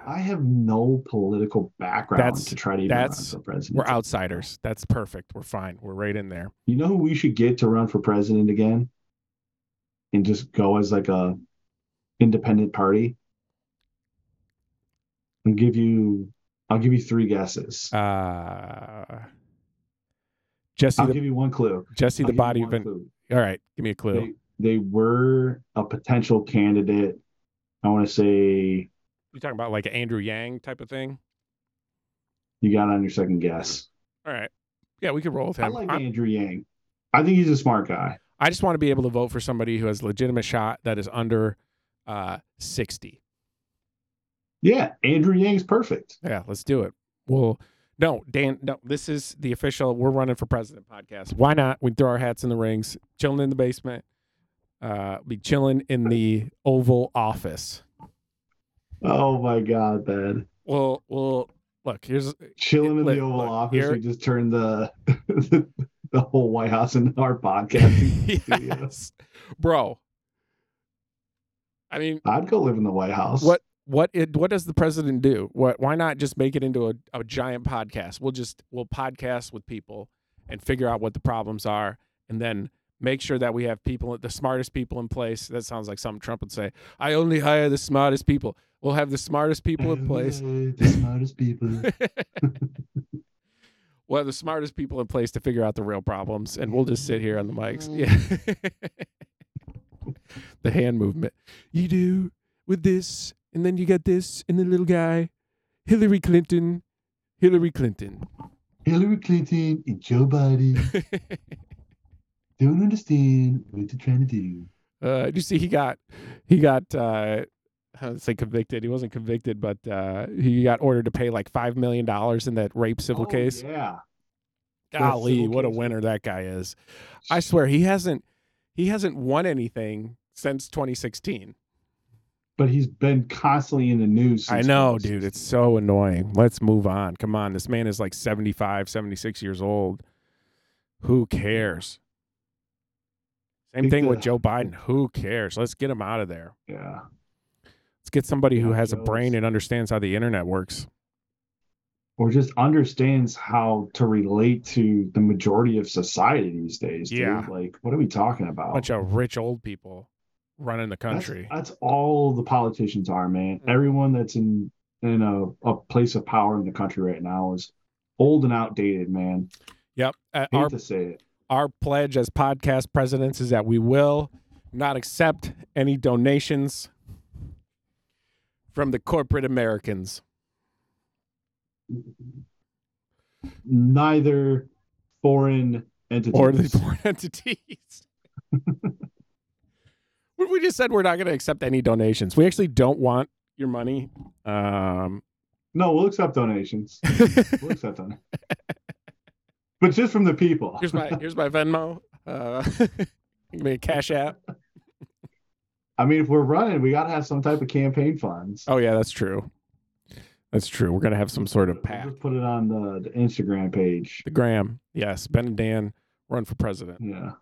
I have no political background
That's-
to try to even run
that's-
for president.
we're outsiders that's perfect we're fine we're right in there
You know who we should get to run for president again, and just go as like a independent party. And give you, I'll give you three guesses.
uh jesse
I'll
the
give you one clue.
Jesse
I'll
the
give you
body
one
event.
clue.
All right, give me a clue.
They, they were a potential candidate. I want to say
You're talking about like an Andrew Yang type of thing.
you got on your second guess.
All right, yeah, we could roll with
I
him.
like
I'm-
Andrew Yang. I think he's a smart guy.
I just want to be able to vote for somebody who has a legitimate shot that is under uh, 60.
Yeah, Andrew Yang's perfect.
Yeah, let's do it. Well, no, Dan, no, this is the official We're Running for President podcast. Why not? We throw our hats in the rings, chilling in the basement, uh, be chilling in the Oval Office.
Oh my God, man.
Well, well, look, here's
Chilling in
Look,
the Oval
look,
Office.
here-
We just turned the, the whole White House into our podcasting studio.
yes, bro. I mean,
I'd go live in the White House.
What what it what does the president do? What why not just make it into a, a giant podcast? We'll just we'll podcast with people and figure out what the problems are and then Make sure that we have people, the smartest people in place. That sounds like something Trump would say. I only hire the smartest people. We'll have the smartest people in place.
The smartest people.
We'll have the smartest people in place to figure out the real problems, and we'll just sit here on the mics. Yeah. the hand movement. You do with this, and then you got this, and the little guy, Hillary Clinton, Hillary Clinton.
Hillary Clinton and Joe Biden don't understand what they're trying to do.
Uh, you see, he got he got uh, I don't say convicted. He wasn't convicted, but uh, he got ordered to pay like five million dollars in that rape civil
Oh,
case.
Yeah. that
Golly,
civil
what a
case.
winner that guy is! I swear he hasn't he hasn't won anything since 2016.
But he's been constantly in the news.
I
since
know,
August.
dude. It's so annoying. Let's move on. Come on, this man is like 75, 76 years old. Who cares? Same
Think
thing with
the-
Joe Biden. Who cares? Let's get him out of there.
Yeah.
Let's get somebody who
Yeah,
has a
Joe's-
brain and understands how the internet works.
Or just understands how to relate to the majority of society these days. Dude.
Yeah.
Like, what are we talking about?
bunch of rich old people running the
That's-
country.
That's, all the politicians are, man.
Mm.
Everyone that's in in a, a place of power in the country right now is old and outdated, man.
Yep. Uh,
Hate
our
to say it.
our pledge as podcast presidents is that we will not accept any donations from the corporate Americans.
Neither foreign entities.
or the foreign entities. Well, we just said we're not going to accept any donations. We actually don't want your money. Um,
no, we'll accept donations.
here's
We'll accept donations. but just from the people.
my here's my Venmo. Uh, give me a cash app.
I mean, if we're running, we got to have some type of campaign funds.
Oh yeah, that's true. That's true. We're gonna have some sort of
We'll
pack.
Just put it on the, the Instagram page.
The Graham, yes. Ben and Dan run for president.
Yeah.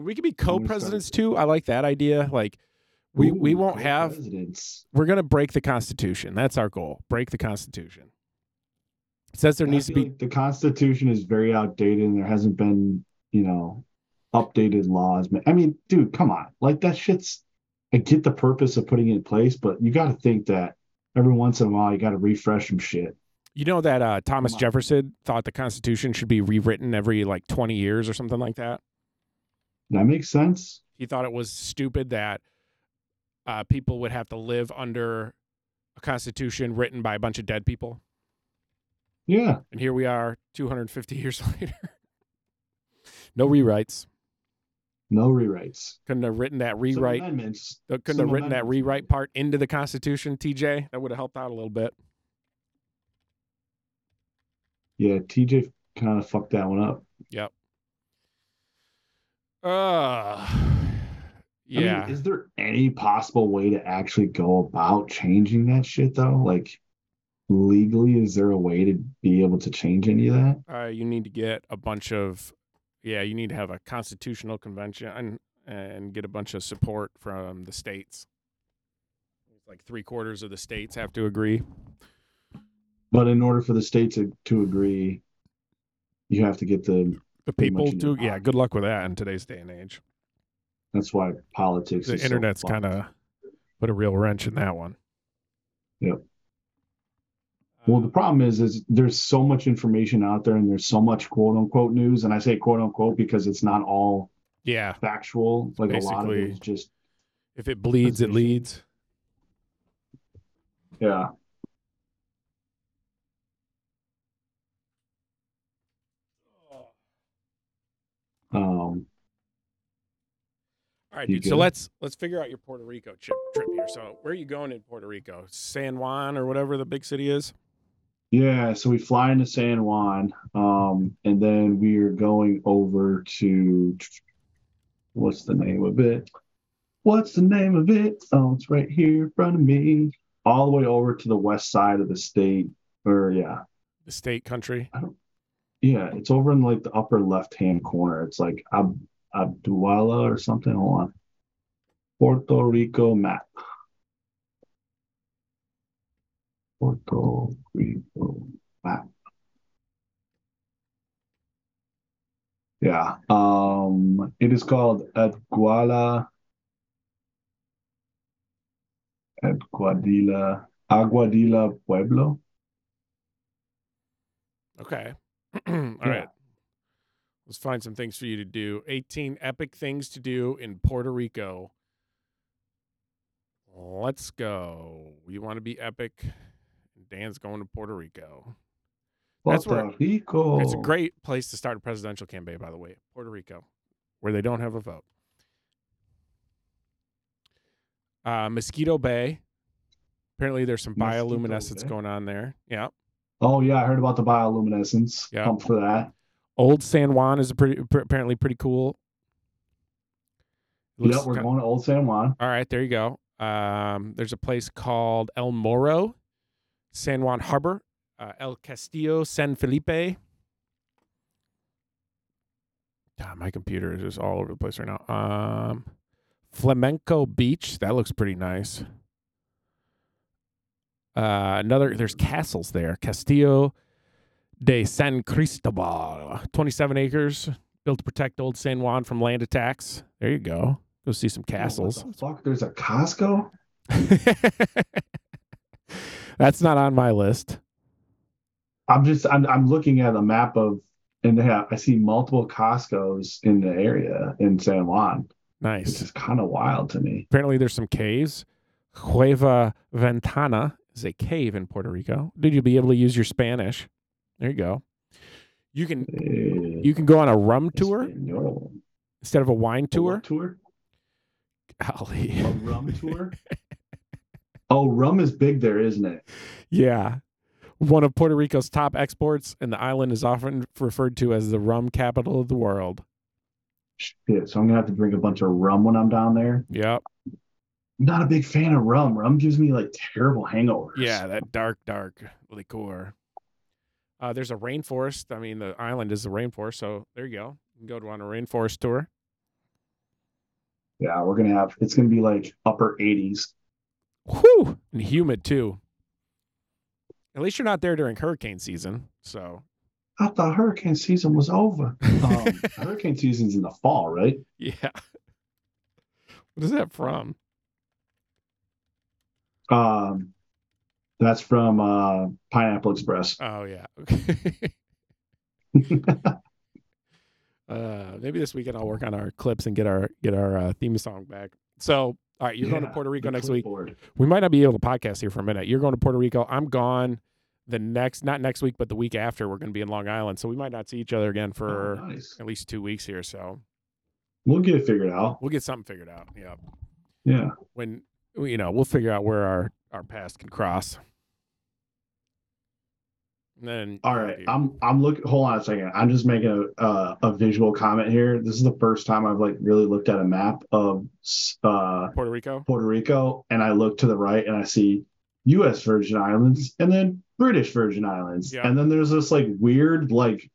We could be
start-
co-presidents too. I like that idea. Like we we
Ooh,
won't have.
presidents.
We're gonna break the Constitution. That's our goal. Break the Constitution. It says there
I
needs to
feel
be
like the Constitution is very outdated, and there hasn't been, you know, updated laws. Ma- I mean, dude, come on, like that shit's. I get the purpose of putting it in place, but you got to think that every once in a while you got to refresh some shit.
You know that uh, Thomas
on.
Jefferson thought the Constitution should be rewritten every like 20 years or something like that.
That makes sense.
He thought it was stupid that uh, people would have to live under a Constitution written by a bunch of dead people.
Yeah,
And here we are 250 years later. no rewrites.
no rewrites.
Couldn't have written that
Some
rewrite.
amendments.
uh, couldn't
some
have written that
amendments.
rewrite part into the Constitution, TJ. That would have helped out a little bit.
Yeah, TJ kind of fucked that one up.
Uh,
I mean,
yeah.
is there any possible way to actually go about changing that shit though? Like legally, is there a way to be able to change any of that?
uh, you need to get a bunch of yeah you need to have a constitutional convention and, and get a bunch of support from the states like three quarters of the states have to agree
But in order for the state to, to agree, you have to get the
the
Pretty much
people
in
do
the
yeah
bottom.
good luck with that in today's day and age
that's why politics
the
is so
internet's
fucked.
kind of put a real wrench in that one Um,
Yep. Well, the
Uh,
problem is, is there's so much information out there, and there's so much quote unquote news, and I say quote unquote because it's not all
yeah
factual. Like a lot of it
Basically-
is just
if it bleeds it
Constitution.
leads
yeah. Um,
All right,
You
dude. So
good?
let's let's figure out your Puerto Rico trip trip here. So where are you going in Puerto Rico? San Juan or whatever the big city is.
Yeah, so we fly into San Juan, um, and then we are going over to what's the name of it? What's the name of it? Oh, it's right here in front of me. All the way over to the west side of the state, or yeah,
The state country.
yeah, it's over in like the upper left-hand corner. It's like Ab Abduala or something. Hold on, Puerto Rico map. Puerto Rico map. Yeah. Um, it is called Aguala. Aguadilla. Aguadilla Pueblo.
Okay. All right. Let's find some things for you to do. 18 epic things to do in Puerto Rico. Let's go. You want to be epic? Dan's going to Puerto Rico. That's
Puerto
where-
Rico.
It's a great place to start a presidential campaign, by the way, Puerto Rico, where they don't have a vote. Uh, Mosquito Bay. Apparently, there's some
Mosquito
bioluminescence
Bay.
going on there. Yeah.
Oh yeah, I heard about the bioluminescence.
Yeah.
Pumped for that.
Old San Juan is a pretty, pr- apparently pretty cool. Looks
yep, we're
kin-
going to Old San Juan.
All right, there you go. Um, there's a place called El Morro, San Juan Harbor, uh, El Castillo, San Felipe. Ah, my computer is just all over the place right now. Um, Flamenco Beach, that looks pretty nice. Uh, another, there's castles there. Castillo de San Cristobal, 27 acres, built to protect old San Juan from land attacks. There you go. Go see some castles.
Oh, what the fuck, there's a Costco.
That's not on my list.
I'm just I'm I'm looking at a map of and they have I see multiple Costco's in the area in San Juan, which
Nice.
is kind of wild to me.
Apparently, there's some caves. Cueva Ventana is a cave in Puerto Rico. Dude, you'll be able to use your Spanish. There you go. You can
Eh,
you can go on a rum tour
in your one.
instead of a wine
A
tour.
what tour?
Golly.
A rum tour? Oh, rum is big there, isn't it?
Yeah. One of Puerto Rico's top exports, and the island is often referred to as the rum capital of the world.
Shit, so I'm gonna have to drink a bunch of rum when I'm down there.
Yep.
I'm not a big fan of rum. Rum gives me like terrible hangovers.
Yeah, that dark, dark liqueur. Uh, there's a rainforest. I mean, the island is a rainforest, so there you go. You can go to on a rainforest tour.
Yeah, we're gonna have it's gonna be like upper 80s.
Whew! And humid too. At least you're not there during hurricane season. So
I thought hurricane season was over. Um, hurricane season's in the fall, right?
yeah. What is that from?
Um, that's from uh, Pineapple Express.
Oh yeah. Okay. uh, maybe this weekend I'll work on our clips and get our get our uh, theme song back. So all right, you're going to
Yeah,
Puerto Rico
the
next week.
clipboard.
we might not be able to podcast here for a minute. You're going to Puerto Rico. I'm gone the next, not next week, but the week after. We're going to be in Long Island, so we might not see each other again
Oh,
for
nice.
at least two weeks here. So
We'll get it figured out.
we'll get something figured out. Yeah,
Yeah.
when you know, we'll figure out where our our paths can cross. And then
All right. I'm I'm looking. Hold on a second. I'm just making a uh, a visual comment here. This is the first time I've like really looked at a map of s- uh,
Puerto Rico.
Puerto Rico, and I look to the right and I see U.S. Virgin Islands, and then British Virgin Islands,
Yeah.
and then there's this like weird like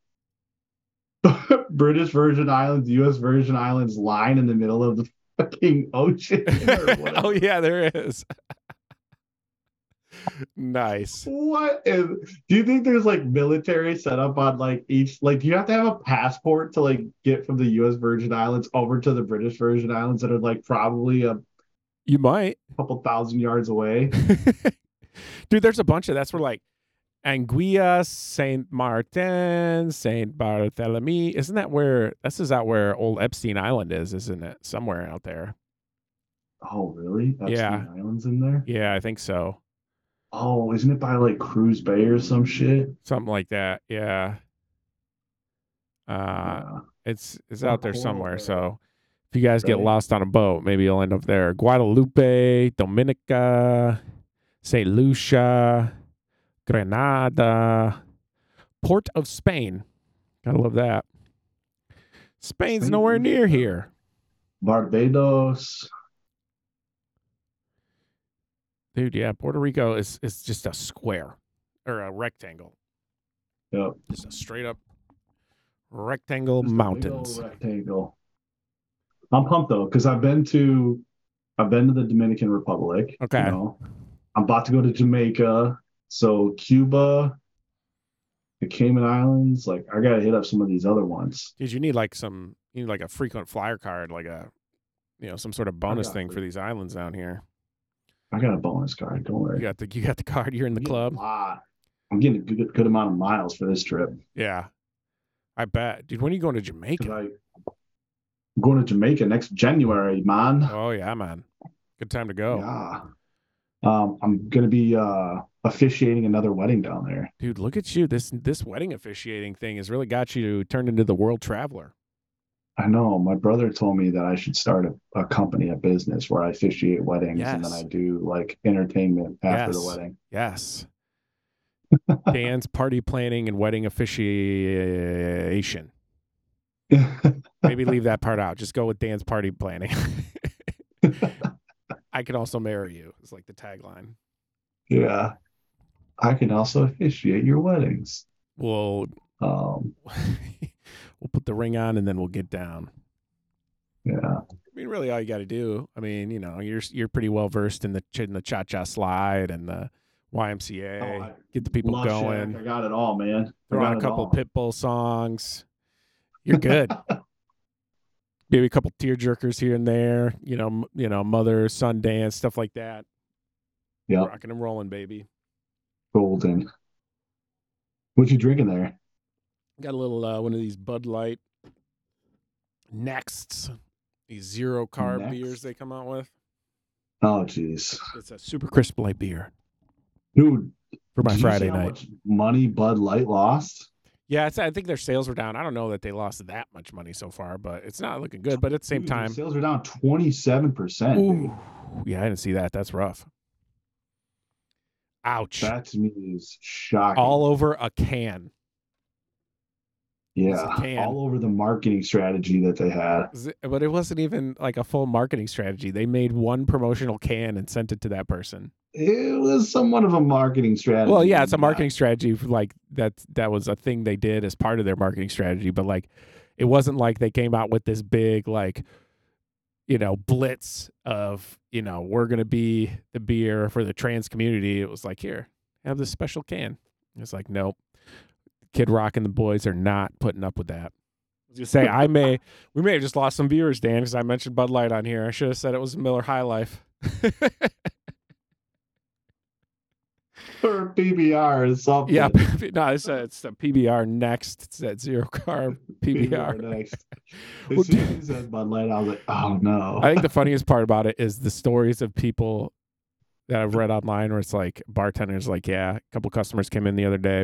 British Virgin Islands, U.S. Virgin Islands line in the middle of the fucking ocean. or
oh
whatever.
yeah, there is. nice.
What is? Do you think there's like military setup on like each? Like, do you have to have a passport to like get from the U.S. Virgin Islands over to the British Virgin Islands that are like probably a
You might.
couple thousand yards away?
Dude, there's a bunch of that's where like Anguilla, Saint Martin, Saint Bartholomew. Isn't that where this is out where old Epstein Island is, isn't it? Somewhere out there.
Oh, really? That's
Yeah.
the islands in there.
Yeah, I think so.
Oh, isn't it by like Cruz Bay or some shit?
Something like that. Yeah. Uh
Yeah.
it's it's
Or
out there
Coral
somewhere.
Bay.
So if you guys get
Right.
lost on a boat, maybe you'll end up there. Guadalupe, Dominica, Saint Lucia, Grenada, Port of Spain. Gotta love that. Spain's
Saint
nowhere near
Lucia.
here.
Barbados.
Dude, yeah, Puerto Rico is is just a square or a rectangle.
Yep.
Just a straight up rectangle
Just a big
mountains.
old rectangle. I'm pumped though, because I've been to I've been to the Dominican Republic. you
Okay.
know. I'm about to go to Jamaica. So Cuba the Cayman Islands. Like I gotta hit up some of these other ones.
Because you need like some, you need like a frequent flyer card, like a, you know, some sort of bonus
got
thing
free-
for these islands down here.
I got a bonus card. Don't worry.
You got the you got the card. You're in the
I'm getting
club.
a lot. I'm getting a good, good amount of miles for this trip.
Yeah, I bet, dude. When are you going to Jamaica?
Like, I'm going to Jamaica next January, man.
Oh yeah, man. Good time to go,
Yeah. Um, I'm gonna be uh, officiating another wedding down there.
dude. Look at you. This this wedding officiating thing has really got you turned into the world traveler.
I know my brother told me that I should start a, a company, a business where I officiate weddings and then
Yes.
I do like entertainment after the
Yes.
wedding.
Yes. Dan's party planning and wedding officiation. Maybe leave that part out. Just go with Dan's party planning. I can also marry you. It's like the tagline.
Yeah. I can also officiate your weddings.
We'll
Um,
we'll put the ring on and then we'll get down.
yeah.
I mean, really, all you got to do. I mean, you know, you're you're pretty well versed in the ch- in the cha cha slide and the YMCA.
Oh, I
get the people
Love Shack,
going.
I got it all, man. I
Throw
got
on a
it
couple
all.
Pitbull songs. You're good. Maybe a couple tear jerkers here and there. You know, m- you know, mother son dance stuff like that.
Yeah.
Rocking and rolling, baby.
Golden. What you drinking there?
Got a little uh, one of these Bud Light Nexts, these zero carb beers
Next.
they come out with.
Oh, jeez.
It's a super crisp light beer
Dude,
for my
did you see
Friday
how
night.
much money Bud Light lost?
Yeah, it's, I think their sales were down. I don't know that they lost that much money so far, but it's not looking good. But at the same
Dude, their
time,
sales are down 27%. dude.
Ooh. yeah, I didn't see that. That's rough. Ouch.
That to me is shocking.
All over a can. it's a can.
yeah, all over the marketing strategy that they had.
Z- But it wasn't even like a full marketing strategy. They made one promotional can and sent it to that person.
It was somewhat of a marketing strategy.
Well, yeah, it's a
Yeah.
marketing strategy for like that that was a thing they did as part of their marketing strategy, but like it wasn't like they came out with this big like you know, blitz of, you know, we're going to be the beer for the trans community. It was like, here, have this special can. It's like, nope. Kid Rock and the boys are not putting up with that. I was gonna say I may we may have just lost some viewers, Dan, because I mentioned Bud Light on here. I should have said it was Miller High Life.
or PBR or something.
Yeah, no, it's a, it's a PBR next. It's that zero carb PBR.
next.
Well,
As soon as he said Bud Light, I was like, oh no.
I think the funniest part about it is the stories of people that I've read online where it's like bartenders, like, yeah, a couple customers came in the other day,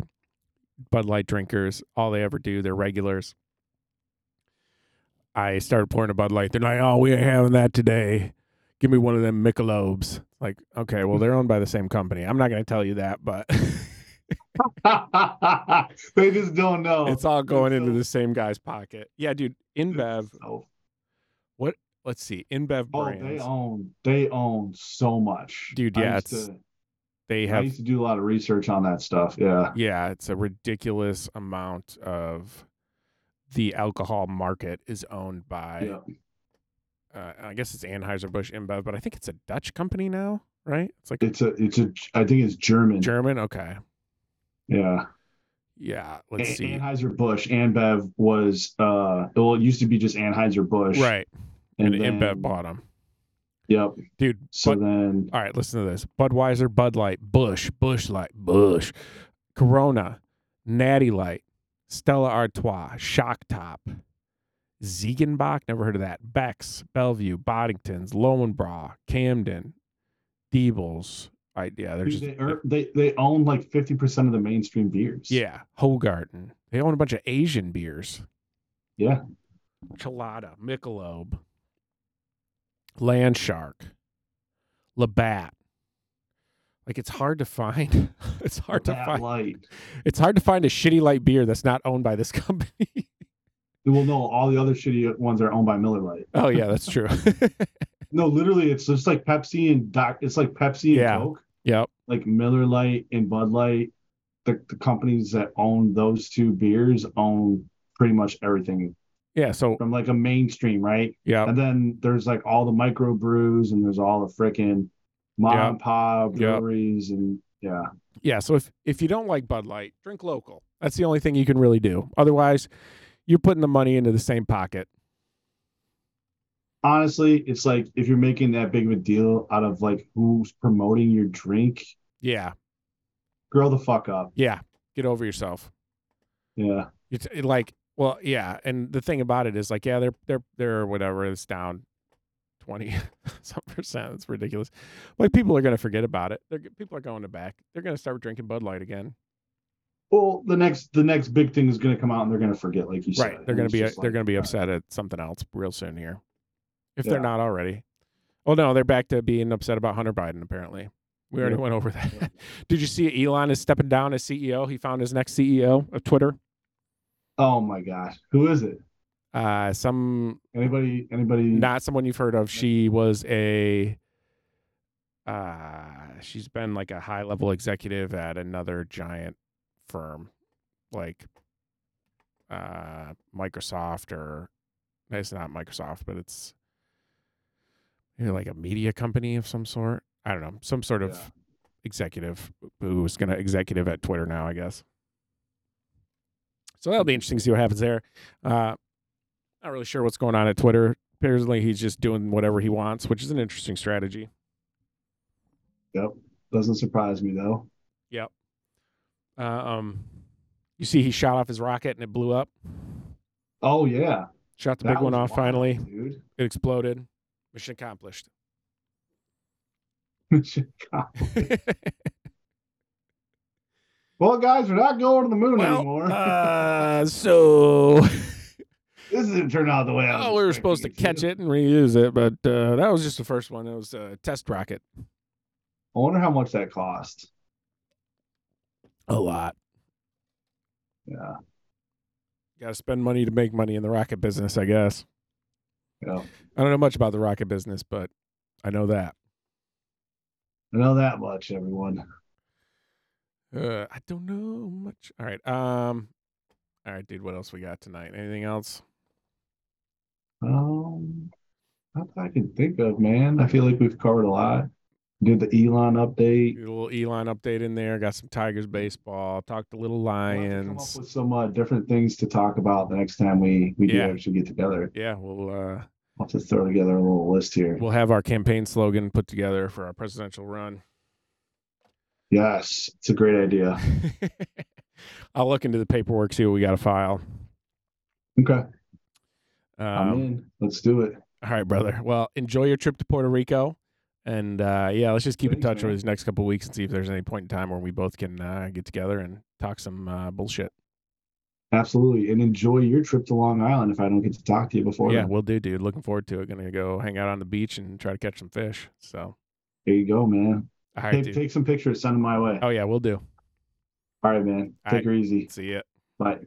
Bud Light drinkers, all they ever do, they're regulars. I started pouring a Bud Light. They're like, oh, we ain't having that today. Give me one of them Michelobes. Like, okay, well, they're owned by the same company. I'm not going to tell you that, but
they just don't know.
it's all going into
Oh, so-
the same guy's pocket. Yeah, dude, InBev
Oh,
let's see, InBev
oh,
brands.
they own they own so much,
Dude,
I
yeah,
used
it's-
to-
They
I
have,
used to do a lot of research on that stuff. Yeah,
yeah, it's a ridiculous amount of the alcohol market is owned by.
yeah.
Uh, I guess it's Anheuser Busch InBev, but I think it's a Dutch company now, right? It's like
It's a it's a I think it's German.
German. Okay,
Yeah.
yeah. Let's
An-
see.
Anheuser Busch, AnBev was uh well it used to be just Anheuser Busch.
Right, and,
then-
InBev bought them,
Yep.
dude.
So
Bud-
then
all right, listen to this: Budweiser, Bud Light, Bush, Bush Light, Bush, Corona, Natty Light, Stella Artois, Shock Top, Ziegenbach, never heard of that. Beck's, Bellevue, Boddington's, Lowenbrau, Camden, Diebels. I, yeah, they're
dude,
just
they, er, they they own like fifty percent of the mainstream beers.
yeah. Hogarten. They own a bunch of Asian beers.
Yeah.
Chelada, Michelob, Landshark, Labatt. Like it's hard to find. it's hard to
That
find.
light.
It's hard to find a shitty light beer that's not owned by this company.
Well, no, all the other shitty ones are owned by Miller Lite.
oh yeah, that's true.
No, literally, it's just like Pepsi and Doc. It's like Pepsi and
Yeah.
Coke,
yep.
like Miller Lite and Bud Light. The, the companies that own those two beers own pretty much everything
Yeah. So
from like a mainstream, right?
yeah.
And then there's like all the micro brews and there's all the freaking mom
Yeah.
and pop
Yeah.
breweries and yeah.
Yeah. So if if you don't like Bud Light, drink local. That's the only thing you can really do. Otherwise, you're putting the money into the same pocket.
Honestly, it's like if you're making that big of a deal out of like who's promoting your drink,
Yeah.
grow the fuck up.
Yeah. Get over yourself.
Yeah.
It's it like, well, yeah. And the thing about it is like, yeah, they're they're they're whatever, it's down twenty some percent. It's ridiculous. Like people are gonna forget about it. They're, people are going to back. They're gonna start drinking Bud Light again.
Well, the next the next big thing is going to come out and they're going to forget, like you said.
They're
And
gonna
it's
be
just
they're
like,
gonna be upset at something else real soon here. If they're
Yeah.
not already. Oh no, they're back to being upset about Hunter Biden, apparently. We already
Yeah.
went over that.
Yeah.
Did you see Elon is stepping down as CEO? He found his next CEO of Twitter.
Oh my gosh, who is it?
Uh some
Anybody? Anybody?
not someone you've heard of. She was a uh she's been like a high level executive at another giant firm like uh Microsoft or it's not Microsoft, but it's you know, like a media company of some sort. I don't know, some sort of
Yeah.
executive who's gonna executive at Twitter now, I guess. So that'll be interesting to see what happens there. Uh not really sure what's going on at Twitter. Apparently, he's just doing whatever he wants, which is an interesting strategy.
Yep. Doesn't surprise me though.
Uh, um, you see, he shot off his rocket and it blew up.
Oh yeah,
Shot the
That
big one
was
off.
wild,
Finally,
dude.
it exploded. Mission accomplished.
well, guys, we're not going to the moon
well,
anymore.
uh, so
this didn't turn out the way I was.
well, Oh, we were
expecting
supposed to catch it and reuse it, but uh, that was just the first one. It was a test rocket.
I wonder how much that cost.
A lot.
Yeah.
Got to spend money to make money in the rocket business, I guess.
Yeah.
I don't know much about the rocket business, but I know that.
I know that much, everyone.
Uh, I don't know much. All right. Um. All right, dude. What else we got tonight? Anything else?
Um, not that I can think of, man. I feel like we've covered a lot. Did the Elon
Did
update?
A little Elon update in there. Got some Tigers baseball. Talked a little
Mm-hmm. We'll have to Come
Lions.
up with some uh, different things to talk about the next time we we
Yeah.
do actually get together.
Yeah, we'll uh,
I'll have to throw together a little list here.
we'll have our campaign slogan put together for our presidential run.
Yes, it's a great idea.
I'll look into the paperwork, see what we got to file.
Okay, I'm
Um,
in. Let's do it.
all right, brother. Well, enjoy your trip to Puerto Rico, and uh, yeah, let's just keep in touch
Thanks,
over
man.
these next couple weeks and see if there's any point in time where we both can uh, get together and talk some uh, bullshit.
Absolutely, and enjoy your trip to Long Island. If I don't get to talk to you before,
Yeah,
then.
we'll do, dude. Looking forward to it. Gonna go hang out on the beach and try to catch some fish. So,
there you go, man.
all right,
take,
dude.
take some pictures, send them my way.
Oh yeah, we'll do.
All right, man.
All
Take her easy.
See ya.
Bye.